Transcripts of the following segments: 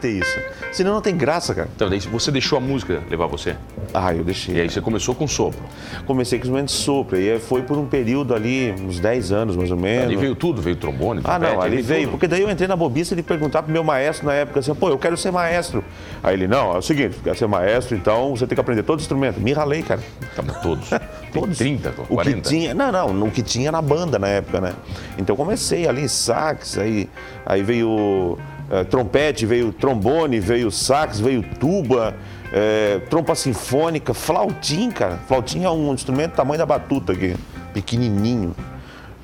ter isso. Senão não tem graça, cara. Então, daí você deixou a música levar você. Ah, eu E deixei. aí você começou com sopro. Comecei com os momentos sopro. E aí foi por um período ali, uns 10 anos mais ou menos. Ali veio tudo, veio trombone, É, Ah, trompete, não, ali veio. tudo. Porque daí eu entrei na bobice de perguntar pro meu maestro na época, assim, pô, eu quero ser maestro. Aí ele, não, é o seguinte, quer ser maestro, então você tem que aprender todo instrumento. Me ralei, cara. Tava todos. todos. Todos. 30, O que 40. tinha, não, não, o que tinha na banda na época, né? Então comecei ali, sax, aí, aí veio eh, trompete, veio trombone, veio sax, veio tuba, eh, trompa sinfônica, flautim, cara. Flautim é um instrumento do tamanho da batuta aqui, pequenininho.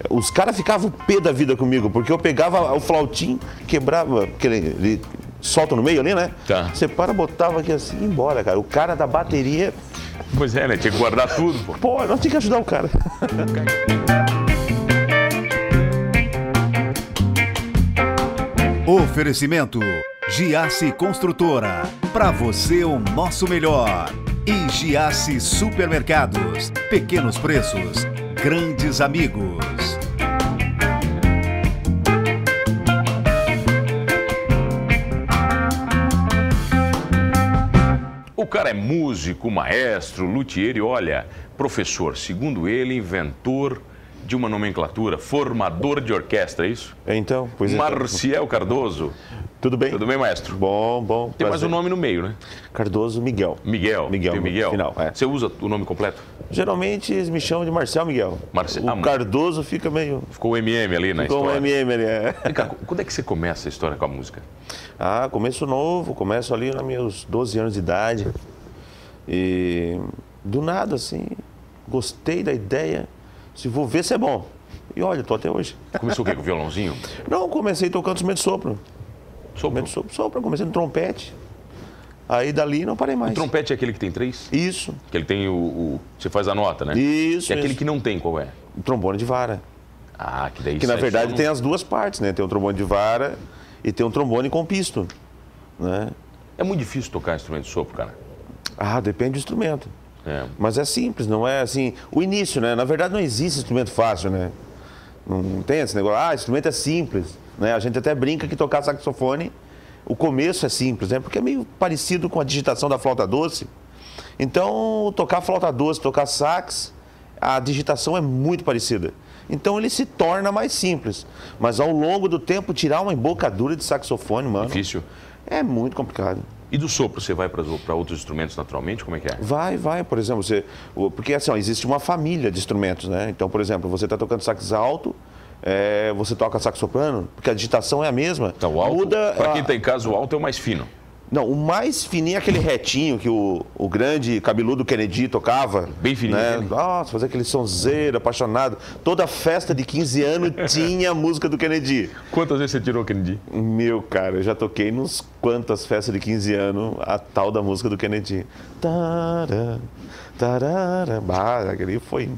Os caras ficavam o pé da vida comigo, porque eu pegava o flautim, quebrava, porque ele, ele solta no meio ali, né? Tá. Você para, botava aqui assim e ia embora, cara. O cara da bateria, Pois é, né? Tinha que guardar tudo, pô. pô, nós temos que ajudar o cara. Oferecimento Giasse Construtora. Para você o nosso melhor. E Giasse Supermercados. Pequenos preços, grandes amigos. O cara é músico, maestro, luthier e olha, professor, segundo ele, inventor de uma nomenclatura, formador de orquestra, é isso? Então, pois é. Marciel Cardoso. Tudo bem? Tudo bem, maestro? Bom, bom. Tem mais prazer. um nome no meio, né? Cardoso Miguel. Miguel. Miguel, Tem o no Miguel. final, é. Você usa o nome completo? Geralmente eles me chamam de Marcel Miguel. Marcel- O Ah, mas- Cardoso fica meio. Ficou o MM ali na Com o história. MM, ele é. Vem cá, quando é que você começa a história com a música? Ah, começo novo, começo ali nos meus 12 anos de idade. E do nada, assim, gostei da ideia. Se vou ver se é bom. E olha, tô até hoje. Começou o quê? Com violãozinho? Não, comecei tocando instrumento de sopro. Sopro. Instrumento de sopro, sopro, comecei no trompete. Aí dali não parei mais. Trompete é aquele que tem três? Isso, Que ele tem o, o- Você faz a nota, né? isso. E aquele isso. que não tem, qual é? Trombone de vara. Ah, que daí Que na sai verdade só no- tem as duas partes, né? Tem o trombone de vara e tem um trombone com pisto. Né? É muito difícil tocar instrumento de sopro, cara. Ah, depende do instrumento. É. Mas é simples, não é assim. O início, né? Na verdade não existe instrumento fácil, né? Não tem esse negócio. Ah, instrumento é simples. Né? A gente até brinca que tocar saxofone, o começo é simples, né? Porque é meio parecido com a digitação da flauta doce. Então, tocar flauta doce, tocar sax, a digitação é muito parecida. Então ele se torna mais simples. Mas ao longo do tempo, tirar uma embocadura de saxofone, mano. Difícil. É muito complicado. E do sopro você vai para outros instrumentos naturalmente? Como é que é? Vai, vai, por exemplo, você. o- Porque assim, ó, existe uma família de instrumentos, né? Então, por exemplo, você está tocando sax alto, é, você toca sax soprano, porque a digitação é a mesma. Então, o alto, Muda. pra a- quem tá em casa, o alto é o mais fino. Não, o mais fininho é aquele retinho que o, o grande cabeludo Kennedy tocava. Bem fininho, Né? aquele. Nossa, fazer aquele sonzeiro, apaixonado. Toda festa de 15 anos tinha a música do Kennedy. Quantas vezes você tirou Kennedy? Meu, cara, eu já toquei nos quantas festas de 15 anos a tal da música do Kennedy. Tará, tarara, bah, aquele foi,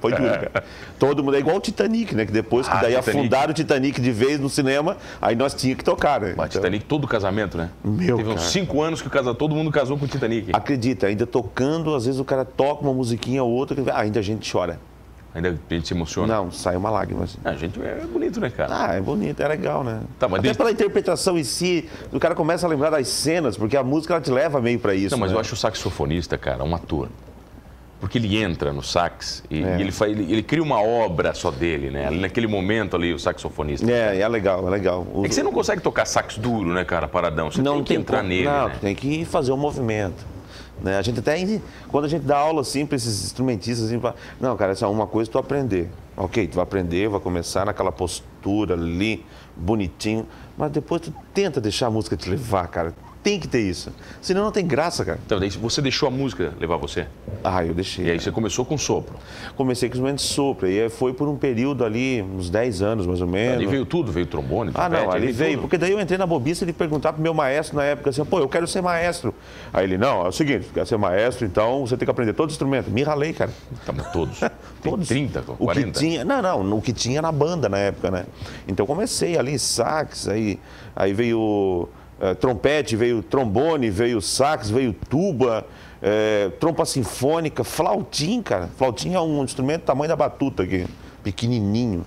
foi duro, cara. Todo mundo é igual o Titanic, né? Que depois que Ah, daí Titanic. afundaram o Titanic de vez no cinema, aí nós tínhamos que tocar, né? Então, Mas Titanic, todo casamento, né? Meu, Teve uns cara. cinco anos que o casa, todo mundo casou com o Titanic. acredita, ainda tocando, às vezes o cara toca uma musiquinha ou outra, que ainda a gente chora. Ainda a gente se emociona. Não, sai uma lágrima assim. Ah, A gente é bonito, né, cara? Ah, é bonito, é legal, né? Tá, mas Até desde- pela interpretação em si, o cara começa a lembrar das cenas, porque a música ela te leva meio pra isso. Não, mas né? eu acho o saxofonista, cara, um ator. Porque ele entra no sax e, É. e ele, faz, ele, ele cria uma obra só dele, né? Ali naquele momento ali, o saxofonista. É, É, é legal, é legal. O- que você não consegue tocar sax duro, né, cara, paradão. Você tem que entrar como. nele, Não, né? tem que fazer um movimento. Né? A gente até, em- quando a gente dá aula assim para esses instrumentistas, assim, fala, não, cara, essa é uma coisa que tu aprender. Ok, tu vai aprender, vai começar naquela postura ali, bonitinho, mas depois tu tenta deixar a música te levar, cara. Tem que ter isso. Senão não tem graça, cara. Então, daí você deixou a música levar você. Ah, eu deixei. E aí você começou com sopro. Comecei com os momentos sopro. E aí foi por um período ali, uns 10 anos mais ou menos. Ali veio tudo, veio trombone, É, Ah, trompete, não, ali veio. tudo. Porque daí eu entrei na bobice de perguntar pro meu maestro na época assim, pô, eu quero ser maestro. Aí ele, não, é o seguinte, quer ser maestro, então você tem que aprender todo instrumento. Me ralei, cara. Tamo Tá, todos. Todos. Tem 30, o que 40. tinha, não, não, o que tinha na banda na época, né? Então comecei ali, sax, aí, aí veio eh, trompete, veio trombone, veio sax, veio tuba, eh, trompa sinfônica, flautim, cara. Flautim é um instrumento do tamanho da batuta aqui, pequenininho.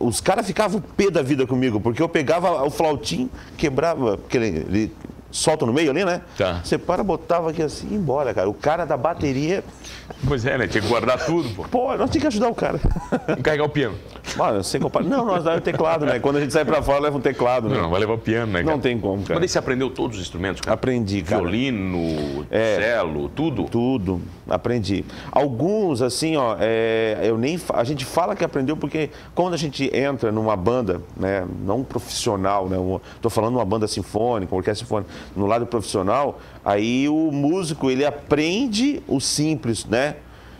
Os caras ficavam o pé da vida comigo, porque eu pegava o flautim, quebrava, porque ele, ele solta no meio ali, né? Tá. Você para, botava aqui assim e ia embora, cara. O cara da bateria. Pois é, né? Tinha que guardar tudo, pô. Pô, nós temos que ajudar o cara. Carregar o piano. Mano, sem comparar. Não, nós leva o teclado, né? Quando a gente sai pra fora, leva um teclado, né? Não, vai levar o piano, né? Não, cara? tem como, Mas cara. daí você aprendeu todos os instrumentos, cara? Aprendi, cara. É. Violino, cello, tudo? Tudo, aprendi. Alguns, assim, ó, é, eu nem. fa- A gente fala que aprendeu porque quando a gente entra numa banda, né, não profissional, né? Uma, tô falando uma banda sinfônica, uma orquestra sinfônica, no lado profissional, aí o músico ele aprende o simples, né?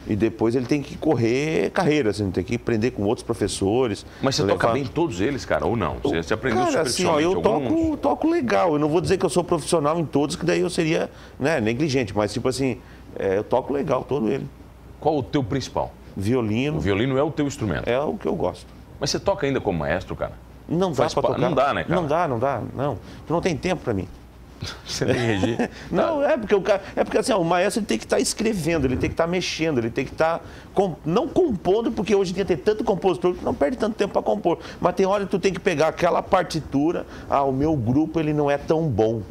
E depois ele tem que correr carreira, assim, tem que aprender com outros professores. Mas você levar- toca bem todos eles, cara, ou não? Você, você aprendeu Cara, assim, ó, superficialmente eu alguns? toco, toco legal. Eu não vou dizer que eu sou profissional em todos, que daí eu seria né, negligente. Mas, tipo assim, é, eu toco legal todo ele. Qual o teu principal? Violino O violino é o teu instrumento. é o que eu gosto. Mas você toca ainda como maestro, cara? Não dá Faz pra pa- tocar. não dá, né, cara? Não dá, não dá. Não. Tu não tem tempo pra mim. Você tem que regir. Não, é porque o cara. É porque assim, ó, o maestro ele tem que estar escrevendo, ele tem que estar mexendo, ele tem que estar. com- não compondo, porque hoje em dia tem tanto compositor que não perde tanto tempo para compor. Mas tem hora que tu tem que pegar aquela partitura. Ah, o meu grupo ele não é tão bom.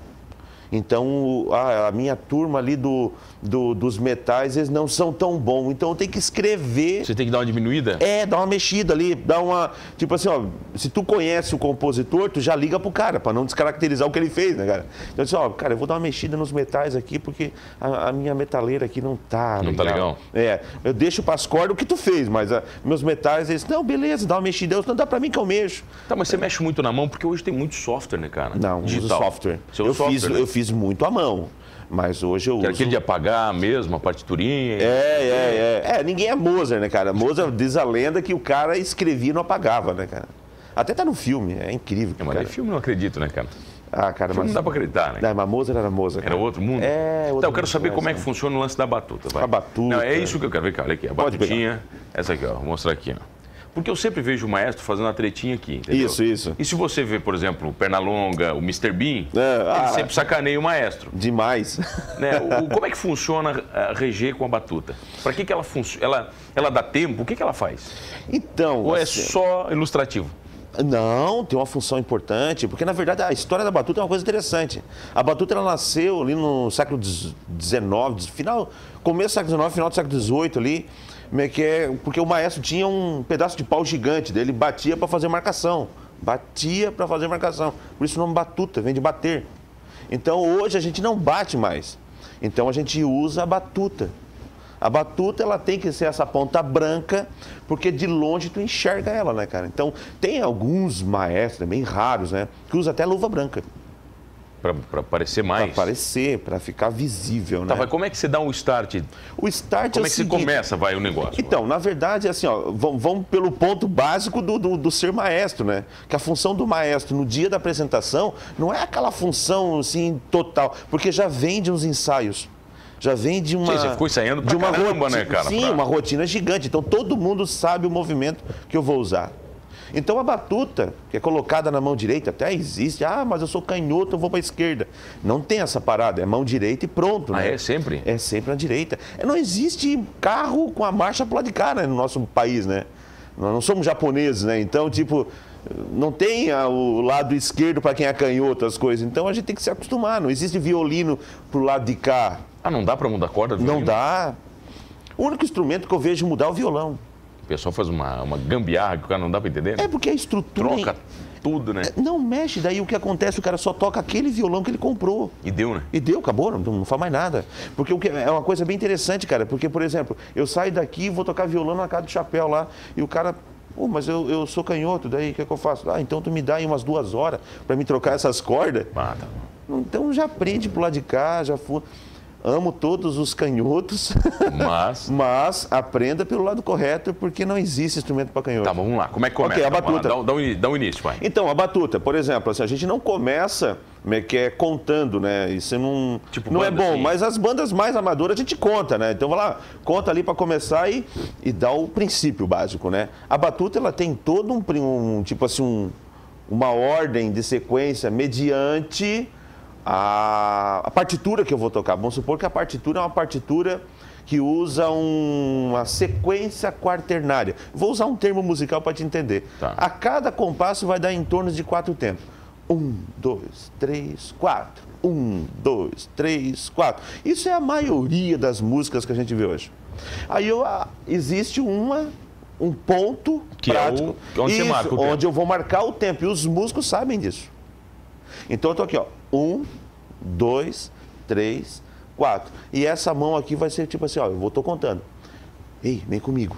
Então o- a, a minha turma ali do, do- dos metais, eles não são tão bons. Então eu tenho que escrever. Você tem que dar uma diminuída? É, dá uma mexida ali, dá uma. Tipo assim, ó, se tu conhece o compositor, tu já liga pro cara, pra não descaracterizar o que ele fez, né, cara? Então assim, ó, cara, eu vou dar uma mexida nos metais aqui, porque a, a minha metaleira aqui não tá. Não tá legal. É, eu deixo pras cordas o que tu fez, mas ah, meus metais, eles, não, beleza, dá uma mexida, eu, não dá pra mim que eu mexo. Tá, mas você mexe muito na mão, porque hoje tem muito software, né, cara? Não, uso Digital. software. Você usa Eu, software, fiz, né? eu fiz muito à mão, mas hoje eu Que era uso. aquele de apagar mesmo, a partiturinha. É, é, é. É, ninguém é Mozart, né, cara? Mozart diz a lenda que o cara escrevia e não apagava, né, cara? Até tá no filme, é incrível. É, mas cara. daí filme eu não acredito, né, cara? Ah, cara, mas. Filme não dá pra acreditar, né? Não, mas Mozart era Mozart. Era cara. outro mundo? É, outro Então, eu quero mundo, saber é, como é sim. que funciona o lance da batuta. vai. A batuta. Não, é isso que eu quero ver, cara. Olha aqui, a Pode batutinha. Essa aqui, ó. Vou mostrar aqui, ó. Porque eu sempre vejo o maestro fazendo a tretinha aqui, entendeu? Isso, isso. E se você vê, por exemplo, o Pernalonga, o Mr. Bean, É, ele ah. sempre sacaneia o maestro. Demais. né? O- o- como é que funciona a reger com a batuta? Pra que, que ela funciona? Ela, ela dá tempo? O que, que ela faz? Então. Ou é assim, só ilustrativo? Não, tem uma função importante, porque na verdade a história da batuta é uma coisa interessante. A batuta ela nasceu ali no século XIX, final, começo do século XIX, final do século XVIII ali, meio que é- porque o maestro tinha um pedaço de pau gigante, daí ele batia para fazer marcação, batia para fazer marcação. Por isso o nome batuta vem de bater. Então hoje a gente não bate mais. Então a gente usa a batuta. A batuta ela tem que ser essa ponta branca, porque de longe tu enxerga ela, né, cara? Então tem alguns maestros, né, bem raros, né, que usa até luva branca Pra, pra parecer para mais. aparecer, para ficar visível, né? Tá, mas como é que você dá um start? O start Como é o é que você seguinte- começa, vai, o negócio? Então, na verdade, assim, ó, vamos, vamos pelo ponto básico do, do, do ser maestro, né? Que a função do maestro no dia da apresentação não é aquela função assim total, porque já vem de uns ensaios. Já vem de uma. Sim, você ficou ensaiando pra de uma caramba, roti- né, cara? Sim, Pra- uma rotina gigante. Então todo mundo sabe o movimento que eu vou usar. Então a batuta, que é colocada na mão direita, até existe. Ah, mas eu sou canhoto, eu vou para esquerda. Não tem essa parada, é mão direita e pronto. Ah, né? é? Sempre? É sempre na direita. É, Não existe carro com a marcha pro lado de cá, né, no nosso país, né? Nós não somos japoneses, né? Então, tipo, não tem ah, o lado esquerdo para quem é canhoto, as coisas. Então a gente tem que se acostumar. Não existe violino pro lado de cá. Ah, não dá pra mudar a corda? do Não violino? dá. O único instrumento que eu vejo mudar é o violão. O pessoal faz uma, uma gambiarra que o cara não dá pra entender, né? É porque a estrutura. Troca tudo, né? Não mexe, daí o que acontece? O cara só toca aquele violão que ele comprou. E deu, né? E deu, acabou, não, não faz mais nada. Porque o que- é uma coisa bem interessante, cara. Porque, por exemplo, eu saio daqui e vou tocar violão na casa do chapéu lá. E o cara, pô, mas eu, eu sou canhoto, daí o que, é que eu faço? Ah, então tu me dá aí umas duas horas pra me trocar essas cordas. Ah, tá. Então já aprende pro lado de cá, já fui. Amo todos os canhotos, Mas. mas aprenda pelo lado correto, porque não existe instrumento pra canhoto. Tá, mas vamos lá. Como é que começa? Ok, a Vamos lá, batuta. Dá, o- dá, o ini- dá o início, vai. Então, a batuta, por exemplo, assim, a gente não começa como é que é contando, né? Isso não, Tipo não é banda, bom, assim. mas as bandas mais amadoras a gente conta, né? Então, vai lá, conta ali para começar e, e dá o princípio básico, né? A batuta, ela tem todo um, pri- um tipo assim, um- uma ordem de sequência mediante a, a partitura que eu vou tocar. Vamos supor que a partitura é uma partitura que usa um- uma sequência quaternária. Vou usar um termo musical para te entender. Tá. A cada compasso vai dar em torno de quatro tempos. Um, dois, três, quatro. Um, dois, três, quatro. Isso é a maioria das músicas que a gente vê hoje. Aí eu, ah, existe uma, um ponto Que é prático. o- onde você Isso, marca o tempo. onde eu vou marcar o tempo. E os músicos sabem disso. Então eu tô aqui, ó. Um, dois, três, quatro. E essa mão aqui vai ser tipo assim, ó, eu vou tô contando. Ei, vem comigo.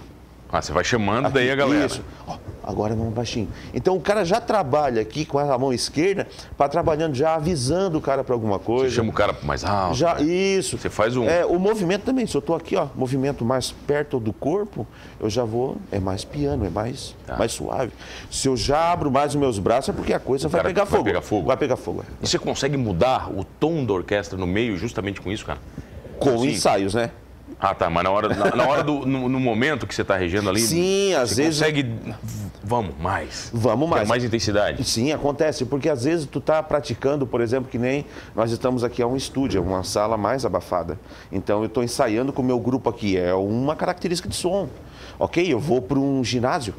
Ah, você vai chamando Aqui, daí a galera. Isso. Ó, agora vamos baixinho. Então o cara já trabalha aqui com a mão esquerda para trabalhando já avisando o cara para alguma coisa. Você chama o cara mais alto. né? já isso. Você faz um- É, o movimento também. Se eu tô aqui, ó, movimento mais perto do corpo, eu já vou é mais piano, é mais Tá. mais suave. Se eu já abro mais os meus braços é porque a coisa vai cara pegar vai fogo. pegar fogo. Vai pegar fogo. é. E você consegue mudar o tom da orquestra no meio justamente com isso, cara? Com Sim. ensaios, né? Ah, tá, mas na hora, na, na hora do. No, no momento que você tá regendo ali. Sim, às você vezes- Consegue. Vamos, mais. Vamos mais. Quer mais intensidade. Sim, acontece, porque às vezes tu tá praticando, por exemplo, que nem nós estamos aqui, é um estúdio, é uma sala mais abafada. Então eu estou ensaiando com o meu grupo aqui, é uma característica de som. Ok? Eu vou para um ginásio,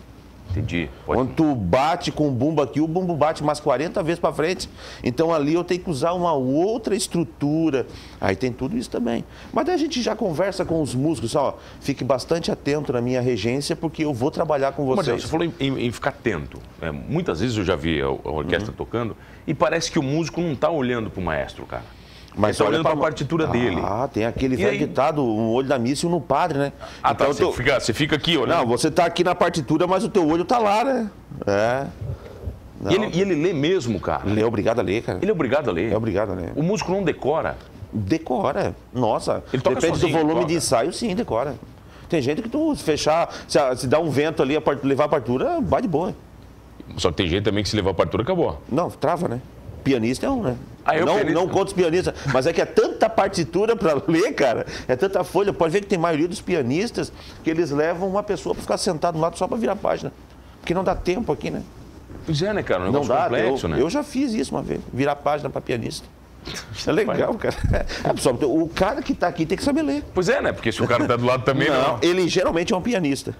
Entendi. Pode... onde tu bate com o bumbo aqui, o bumbo bate mais 40 vezes para frente. Então ali eu tenho que usar uma outra estrutura. Aí tem tudo isso também. Mas daí a gente já conversa com os músicos, ó, fique bastante atento na minha regência, porque eu vou trabalhar com Marcelo, vocês. você falou em, em- em ficar atento. né? muitas vezes eu já vi a, a orquestra tocando e parece que o músico não tá olhando pro maestro, cara. Ele tá olha olhando pra ma- partitura dele. Ah, tem aquele E velho aí? ditado, um olho da missa e um no padre, né? Ah, tá. Então Você, eu tô- fica, você fica aqui Não, olhando. você tá aqui na partitura, mas o teu olho tá lá, né? É. E, ele, e ele lê mesmo, cara. Ele é obrigado a ler, cara. Ele é obrigado a ler. É obrigado a ler. O músico não decora. Decora. Nossa. Ele toca Depende sozinho, do volume toca? de ensaio, sim, decora. Tem gente que tu se fechar, se, a- se dá um vento ali, a part- levar a partitura, vai de boa. Só que tem jeito também que se levar a partitura, acabou. Não, trava, né? Pianista é um, né? Ah, eu não, pianista- não contra os pianistas, mas é que é tanta partitura para ler, cara, é tanta folha. Pode ver que tem maioria dos pianistas que eles levam uma pessoa para ficar sentado no lado só para virar a página. Porque não dá tempo aqui, né? Pois é, né, cara? Um Não negócio dá. complexo, eu, né? eu já fiz isso uma vez, virar a página para pianista. É legal, cara. É, pessoal, o cara que tá aqui tem que saber ler. Pois é, né? Porque se o cara tá do lado também, não. Ele geralmente é um pianista.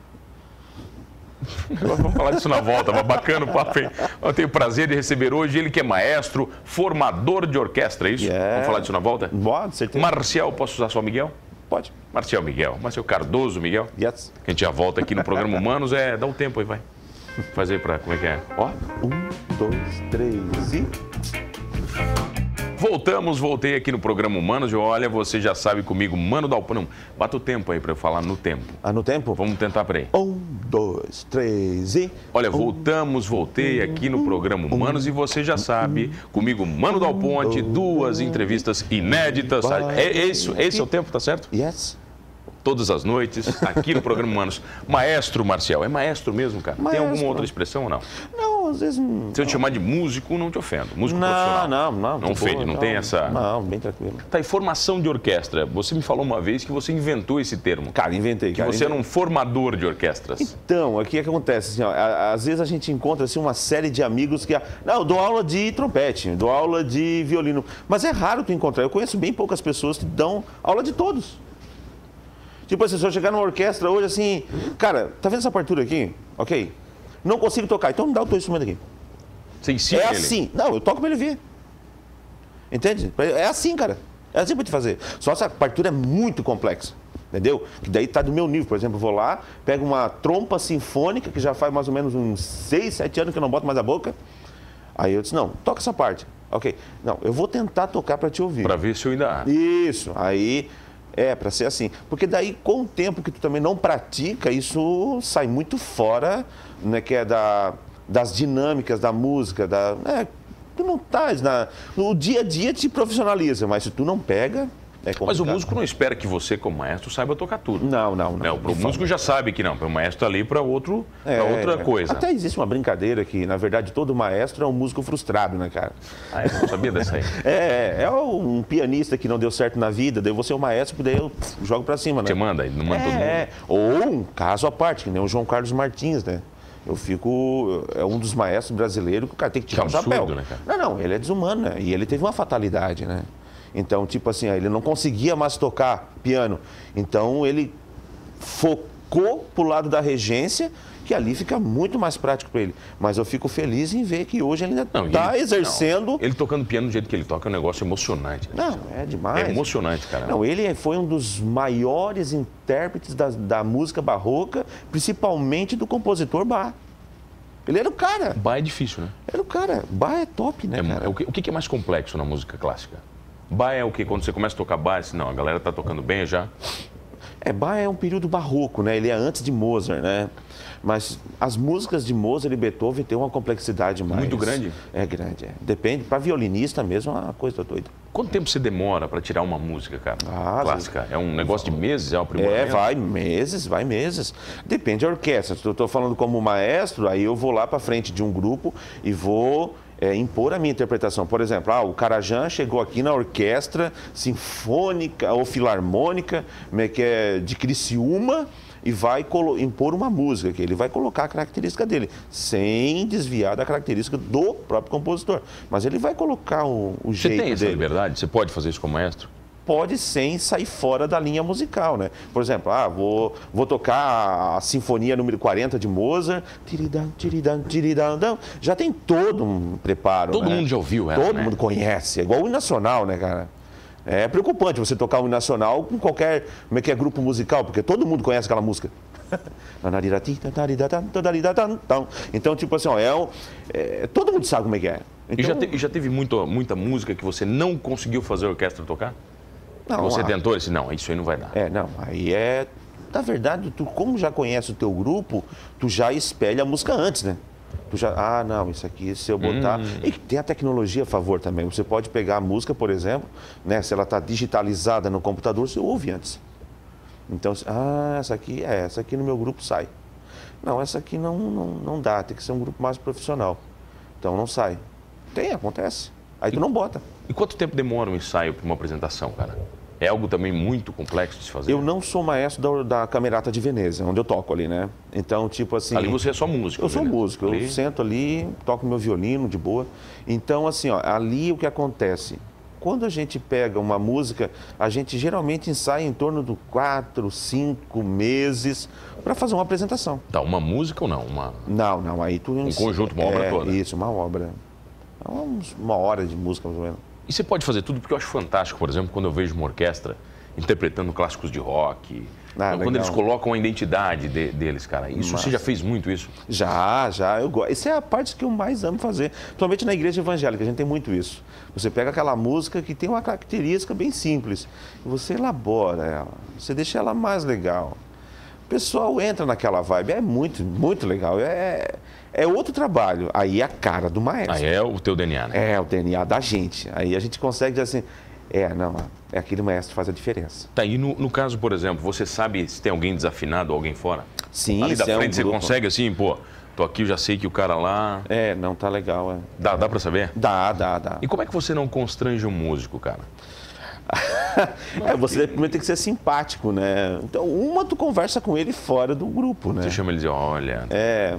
Nós Vamos falar disso na volta, mas bacana o papo, hein? Eu tenho o prazer de receber hoje ele que é maestro, formador de orquestra, é isso? Yeah. Vamos falar disso na volta? Pode, Uhum. certeza. Marcial, posso usar só Miguel? Pode. Marcial Miguel, Marcial Cardoso Miguel. Yes. Que a gente já volta aqui no programa Humanos, é, dá um tempo aí, vai. Faz aí pra, como é que é? Ó, um, dois, três e. Voltamos, voltei aqui no programa Humanos e olha, você já sabe comigo, Mano Dalpo. Não, bata o tempo aí pra eu falar no tempo. Ah, no tempo? Vamos tentar, peraí. Um, dois, três e. um. Olha, voltamos, voltei aqui no programa Humanos e você já sabe, comigo, Mano Dal Ponte, duas entrevistas inéditas. É, é isso, esse é o tempo, tá certo? Yes. Todas as noites, aqui no programa Humanos. Maestro Marcial, é maestro mesmo, cara? Tem alguma Maestro. outra expressão ou não? Não, às vezes. Não, Se eu te chamar de músico, não te ofendo. Músico não, profissional. não. Não, Não de boa, ofende, não tem essa. Não, bem tranquilo. Tá, e formação de orquestra. Você me falou uma vez que você inventou esse termo. Cara, inventei, Que cara. você era um formador de orquestras. Então, aqui é que acontece, assim, ó, a- às vezes a gente encontra assim, uma série de amigos que. ah, Não, eu dou aula de trompete, eu dou aula de violino. Mas é raro tu encontrar. Eu conheço bem poucas pessoas que dão aula de todos. Tipo assim, se eu chegar numa orquestra hoje assim, cara, tá vendo essa partitura aqui? Ok. Não consigo tocar, então me dá o teu instrumento aqui. Você ensina É ele. assim. Não, eu toco pra ele ver. Entende? Pra- É assim, cara. É assim pra te fazer. Só se a partitura é muito complexa. Entendeu? Que daí tá do meu nível. Por exemplo, eu vou lá, pego uma trompa sinfônica, que já faz mais ou menos uns 6, 7 anos que eu não boto mais a boca. Aí eu disse, não, toca essa parte. Ok. Não, eu vou tentar tocar pra te ouvir. Pra ver se eu ainda... Isso. Aí é pra ser assim, porque daí com o tempo que tu também não pratica, isso sai muito fora, né, que é da das dinâmicas da música, da, né, tu não estás na o dia a dia te profissionaliza, mas se tu não pega, é complicado. Mas o músico não espera que você, como maestro, saiba tocar tudo. não, não, Né, não. o pro- músico já sabe que não, o maestro tá ali para outro, pra É, outra é. coisa. Até existe uma brincadeira que, na verdade, todo maestro é um músico frustrado, né, cara? Ah, eu não sabia dessa aí. Você É, é, é um pianista que não deu certo na vida, daí eu vou ser o maestro, porque daí eu pff, jogo pra cima, né? manda, ele não manda todo mundo. É, ou um caso à parte, que nem o João Carlos Martins, né? Eu fico. É um dos maestros brasileiros que o cara tem que tirar Que o chapéu. absurdo, né, cara? Não, não, ele é desumano, né? E ele teve uma fatalidade, né? Então, tipo assim, ele não conseguia mais tocar piano. Então ele fo- picou pro lado da regência, que ali fica muito mais prático para ele. Mas eu fico feliz em ver que hoje ele ainda Não, e está ele- Tá exercendo. não, ele tocando piano do jeito que ele toca é um negócio emocionante. né? Não, é demais. É emocionante, cara. Não, ele foi um dos maiores intérpretes da, da música barroca, principalmente do compositor Bach. Ele era o cara, Bach é difícil, né? era o cara. Bach é top, né, É, cara? é o, que, o que que é mais complexo na música clássica? Bar é o que? Quando você começa a tocar bar, assim, não, a galera tá tocando bem já. É, Bach é um período barroco, né? Ele é antes de Mozart, né? Mas as músicas de Mozart e Beethoven têm uma complexidade mais... Muito grande? É grande, é. Depende, para violinista mesmo é uma coisa doida. Quanto tempo você demora pra tirar uma música, cara? Ah, clássica. É um negócio de meses, é um É, aprimoramento? vai meses, vai meses. Depende da orquestra. Se eu estou falando como maestro, aí eu vou lá para frente de um grupo e vou é, impor a minha interpretação. Por exemplo, ah, o Carajan chegou aqui na orquestra sinfônica ou filarmônica né, que é de Criciúma e vai colo- impor uma música, que ele vai colocar a característica dele, sem desviar da característica do próprio compositor. Mas ele vai colocar o, o Você jeito tem essa dele liberdade? Você pode fazer isso como maestro? pode sem sair fora da linha musical, né? Por exemplo, ah, vou, vou tocar a Sinfonia número 40 de Mozart, tiridam, tiridam, tiridam, já tem todo um preparo, Todo né? mundo já ouviu essa, Todo né? mundo conhece, é igual o hino nacional, né, cara? É preocupante você tocar o hino nacional com qualquer, como é que é, grupo musical, porque todo mundo conhece aquela música. Nanariratita, taridatam, todaridatam, tam. Então, tipo assim, ó, é, um- é- todo mundo sabe como é que é. E já, Então, te- e já teve muito, muita música que você não conseguiu fazer a orquestra tocar? não, você ah, tentou e disse, não, isso aí não vai dar. É, não, aí é. Na verdade, tu, como já conhece o teu grupo, tu já espelha a música antes, né? Tu já. Ah, não, isso aqui, se eu botar. E tem a tecnologia a favor também. Você pode pegar a música, por exemplo, né? Se ela está digitalizada no computador, você ouve antes. Então, se- ah, essa aqui, é, essa aqui no meu grupo sai. Não, essa aqui não, não, não dá, tem que ser um grupo mais profissional. Então não sai. Tem, acontece. Aí tu não bota. E quanto tempo demora um ensaio para uma apresentação, cara? É algo também muito complexo de se fazer. Eu não sou maestro da, da Camerata de Veneza, onde eu toco ali, né? Então, tipo assim. Ali você é só músico. Eu sou né? músico, eu Ali- sento ali, toco meu violino de boa. Então, assim, ó, ali o que acontece? Quando a gente pega uma música, a gente geralmente ensaia em torno de quatro, cinco meses para fazer uma apresentação. Tá, uma música ou não? Uma... Não, não, aí tu... Um conjunto, uma obra toda. Isso, uma obra. É Uma, uma hora de música, mais ou menos. E você pode fazer tudo, porque eu acho fantástico, por exemplo, quando eu vejo uma orquestra interpretando clássicos de rock. Então, Ah, quando eles legal. colocam a identidade de- deles, cara. Isso você já fez muito isso. Já, já, eu gosto. Essa é a parte que eu mais amo fazer, principalmente na igreja evangélica, a gente tem muito isso. Você pega aquela música que tem uma característica bem simples, e você elabora ela, você deixa ela mais legal. O pessoal entra naquela vibe, é muito, muito legal. É, é outro trabalho, aí é a cara do maestro. Aí é o teu DNA, né? É o DNA da gente. Aí a gente consegue dizer assim, é, não, é aquele maestro que faz a diferença. Tá, e no, no caso, por exemplo, você sabe se tem alguém desafinado ou alguém fora? Sim, Ali da isso é um frente você grupo. consegue assim, pô, tô aqui, eu já sei que o cara lá. É, não, tá legal. É. Dá, dá pra saber? Dá, dá, dá. E como é que você não constrange um músico, cara? É, você primeiro tem que ser simpático, né? Então, uma tu conversa com ele fora do grupo, né? Você chama ele e diz, olha, É.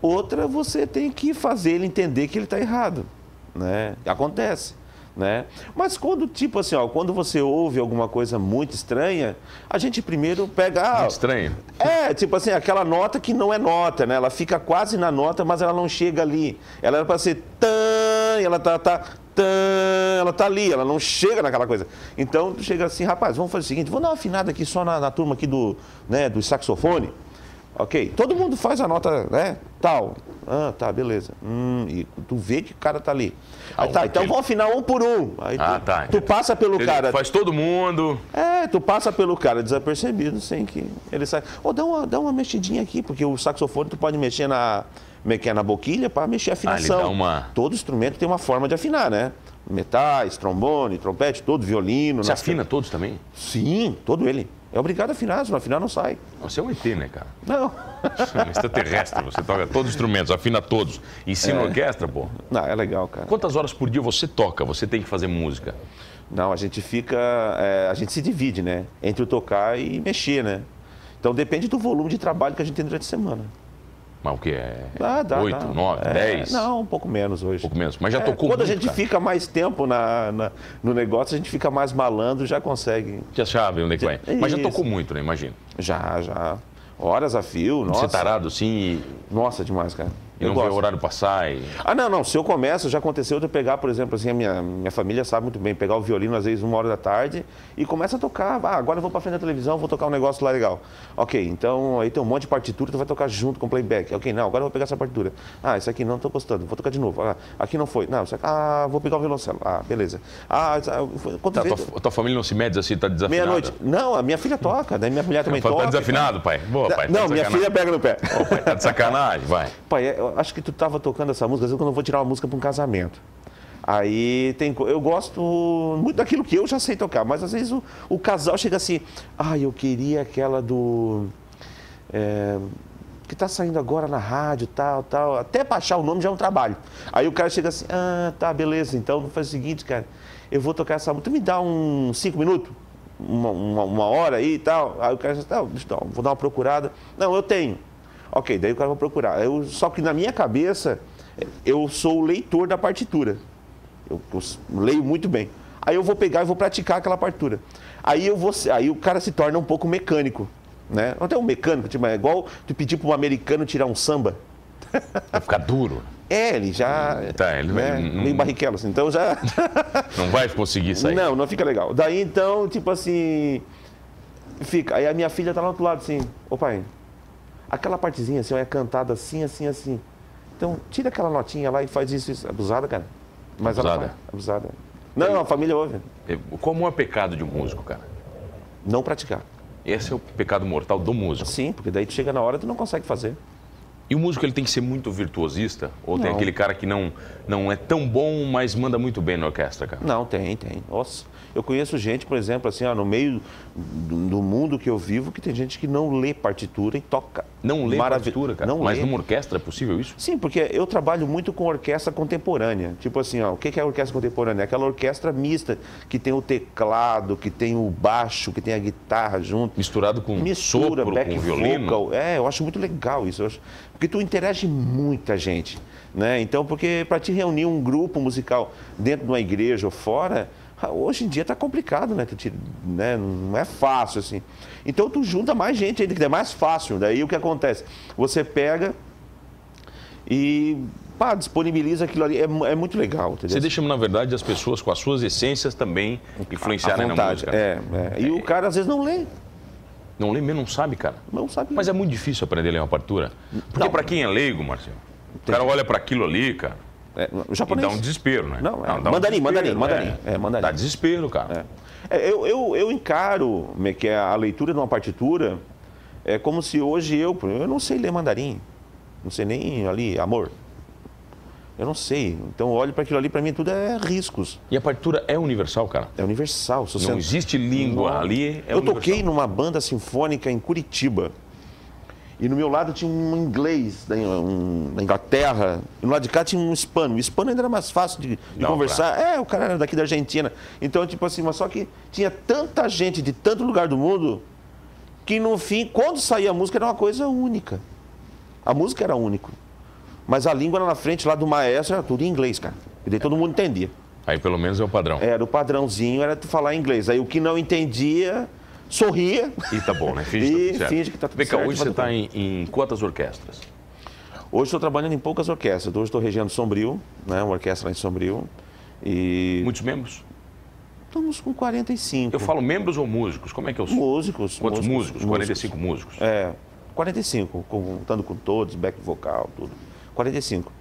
Outra você tem que fazer ele entender que ele está errado, né? Acontece, né? Mas quando tipo assim, ó, quando você ouve alguma coisa muito estranha, a gente primeiro pega, ah, tá estranho. é, tipo assim, aquela nota que não é nota, né? Ela fica quase na nota, mas ela não chega ali. Ela era pra ser tan, e ela tá, tá tan, ela tá ali, ela não chega naquela coisa. Então tu chega assim, rapaz, vamos fazer o seguinte, vou dar uma afinada aqui só na, na turma aqui do, né, do saxofone. Ok, todo mundo faz a nota, né? Tal. Ah, tá, beleza. Hum, e tu vê que o cara tá ali. Aí Ah, tá, então um aquele- vamos afinar um por um. Aí tu, Ah, tá, tu entendi. passa pelo Ele cara. Faz todo mundo. É, tu passa pelo cara desapercebido, sem que ele sai. Ou dá uma, dá uma mexidinha aqui, porque o saxofone tu pode mexer na, como é que é, na boquilha para mexer a afinação. Ah, ele dá uma- Todo instrumento tem uma forma de afinar, né? Metais, trombone, trompete, todo violino. Você nas- afina todos também? Sim, todo ele. É obrigado a afinar, se não afinar não sai. Você é um ET, né, cara? Não. Você é um extraterrestre, você toca todos os instrumentos, afina todos. É. Ensina orquestra, pô. Não, é legal, cara. Quantas horas por dia você toca? Você tem que fazer música. Não, a gente fica. é, a gente se divide, né? Entre o tocar e mexer, né? Então depende do volume de trabalho que a gente tem durante a semana. Mas o que é? Dá, dá. Oito, dá. nove, É, dez? Não, um pouco menos hoje. Pouco menos. Mas já É, tocou Quando a muito, gente cara. fica mais tempo na, na- no negócio, a gente fica mais malandro, já consegue. Já sabe onde é que vai. É Mas já isso. tocou muito, né? Imagina. Já, já. Horas a fio, Ser nossa. tarado assim Nossa, demais, cara. e, e não ver o horário passar e... Ah, não, não. Se eu começo, já aconteceu de eu pegar, por exemplo, assim, a minha, minha família sabe muito bem, pegar o violino às vezes uma hora da tarde e começa a tocar. Ah, agora eu vou pra frente da televisão, vou tocar um negócio lá legal. Ok, então aí tem um monte de partitura, tu vai tocar junto com playback. Ok, não, agora eu vou pegar essa partitura. Ah, isso aqui não tô gostando, vou tocar de novo. Ah, aqui não foi. Não, isso aqui, ah, vou pegar o violoncelo. Ah, beleza. Ah, isso- ah, foi- quantas Tá, tua, vezes... tua família não se mede assim, tá desafinado. Meia-noite. Não, a minha filha toca, daí minha mulher também Tá toca. desafinado, pai? Boa, pai. tá não, de minha sacanagem. filha pega no pé. Ô, pai, tá de sacanagem, vai. Pai, eu acho que tu tava tocando essa música, às vezes quando eu vou tirar uma música para um casamento. Aí tem. co- Eu gosto muito daquilo que eu já sei tocar, mas às vezes o, o casal chega assim. Ah, eu queria aquela do. é, que tá saindo agora na rádio, tal, tal. Até baixar o nome já é um trabalho. Aí o cara chega assim, ah, tá, beleza, então faz o seguinte, cara, eu vou tocar essa música. Tu me dá um cinco minutos? Uma, uma, uma hora aí e tal. Aí o cara diz, tá, bicho, não, vou dar uma procurada. Não, eu tenho. Ok, daí o cara vai procurar. Eu- só que na minha cabeça, eu sou o leitor da partitura. Eu, eu s- leio muito bem. Aí eu vou pegar e vou praticar aquela partitura. Aí, eu vou, se- aí o cara se torna um pouco mecânico. Né? Até um mecânico, tipo, é igual tu pedir para um americano tirar um samba. Vai ficar duro. É, ele já. Tá, ele vai- né? não- Meio barriquelo, assim. Então já. Não vai conseguir sair. Não, não fica legal. Daí então, tipo assim. Fica. Aí a minha filha tá lá do outro lado assim, ô pai, aquela partezinha assim, ó, é cantada assim, assim, assim. Então, tira aquela notinha lá e faz isso, isso. Abusada, cara. Mas ela Abusada. faz. Abusada. Não, não, a família ouve. Qual o maior pecado de um músico, cara? Não praticar. Esse é o pecado mortal do músico. Sim, porque daí tu chega na hora tu não consegue fazer. E o músico ele tem que ser muito virtuosista? Ou tem Não. aquele cara que não, não é tão bom, mas manda muito bem na orquestra, cara? Não, tem, tem. Nossa. Eu conheço gente, por exemplo, assim, ó, no meio do, do mundo que eu vivo, que tem gente que não lê partitura e toca. Não lê Maravi- partitura, cara. Não mas lê. numa orquestra é possível isso? Sim, porque eu trabalho muito com orquestra contemporânea. Tipo assim, ó, o que que é orquestra contemporânea? É aquela orquestra mista, que tem o teclado, que tem o baixo, que tem a guitarra junto. Misturado com Mistura, sopro, back com violino? vocal. É, eu acho muito legal isso. eu acho- Porque tu interage muita gente, né? Então, porque para te reunir um grupo musical dentro de uma igreja ou fora... ah, Hoje em dia tá complicado, né? Tu te- né? Não é fácil, assim. Então tu junta mais gente ainda, que é mais fácil. Daí o que acontece? Você pega e pá, disponibiliza aquilo ali. É, mu- é muito legal, entendeu? Você deixa, na verdade, as pessoas com as suas essências também à influenciarem na vontade. música. né? É, é. E o cara às vezes não lê, Não lê, mesmo, não sabe, cara. não sabe. Mas é muito difícil aprender a ler uma partitura. Porque Não. pra quem é leigo, Marcelo, o cara olha pra aquilo ali, cara, é, o e japonês. dá um desespero, né? Não, é. dá Mandarim, desespero, mandarim, né? mandarim. É, mandarim. Dá desespero, cara. É, eu, eu, eu encaro né, que a leitura de uma partitura é como se hoje eu, por exemplo, eu não sei ler mandarim, não sei nem ali amor. Eu não sei. Então eu olho para aquilo ali, para mim tudo é riscos. E a partitura é universal, cara. É universal. Se Não você- existe língua Não. ali. É eu universal. toquei numa banda sinfônica em Curitiba. E no meu lado tinha um inglês da, In- um- da Inglaterra. E no lado de cá tinha um hispano. O hispano ainda era mais fácil de, de Não, conversar. É, o cara era daqui da Argentina. Então, tipo assim, mas só que tinha tanta gente de tanto lugar do mundo que no fim, quando saía a música, era uma coisa única. A música era única. Mas a língua lá na frente, lá do maestro, era tudo em inglês, cara. E daí todo mundo entendia. Aí pelo menos é o padrão. Era o padrãozinho, era tu falar inglês. Aí o que não entendia, sorria. E tá bom, né? Finge, E tudo certo. finge que tá tudo Vem cá, certo, hoje vai tudo você tá em, em quantas orquestras? Hoje estou trabalhando em poucas orquestras. Hoje estou regendo Sombrio, né? uma orquestra lá em Sombrio. E Muitos membros? estamos com 45 Eu falo membros ou músicos? Como é que eu sou? músicos. Quantos músicos? 45 músicos. É, 45, contando com todos, back vocal, tudo. 45.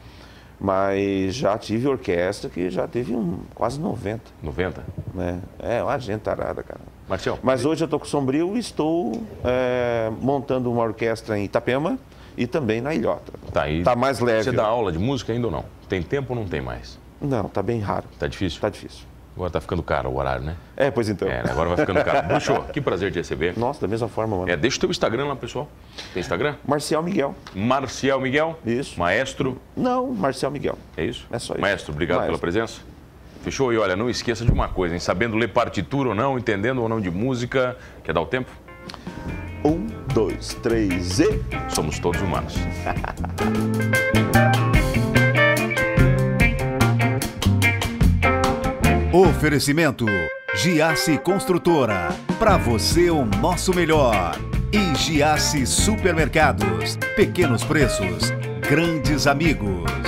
Mas já tive orquestra que já teve um, quase 90, 90? né? É uma gente tarada, cara. Marcel, Mas hoje eu estou com o Sombrio e estou é, montando uma orquestra em Itapema e também na Ilhota. tá aí. Tá mais leve. Você dá aula de música ainda ou não? Tem tempo ou não tem mais? Não, tá bem raro. Tá difícil? Tá difícil. Agora tá ficando caro o horário, né? É, pois então. É, agora vai ficando caro. Bruxo, que prazer te receber. Nossa, da mesma forma, mano. É, deixa o teu Instagram lá, pessoal. Tem Instagram? Marcial Miguel. Marcial Miguel. Isso. Maestro. Não, Marcial Miguel. É isso? É só isso. Maestro, obrigado Maestro. pela presença. Fechou? E olha, não esqueça de uma coisa, hein? Sabendo ler partitura ou não, entendendo ou não de música. Quer dar o tempo? Um, dois, três e. Somos todos humanos. Oferecimento Giasse Construtora. Para você o nosso melhor. E Giasse Supermercados. Pequenos preços, grandes amigos.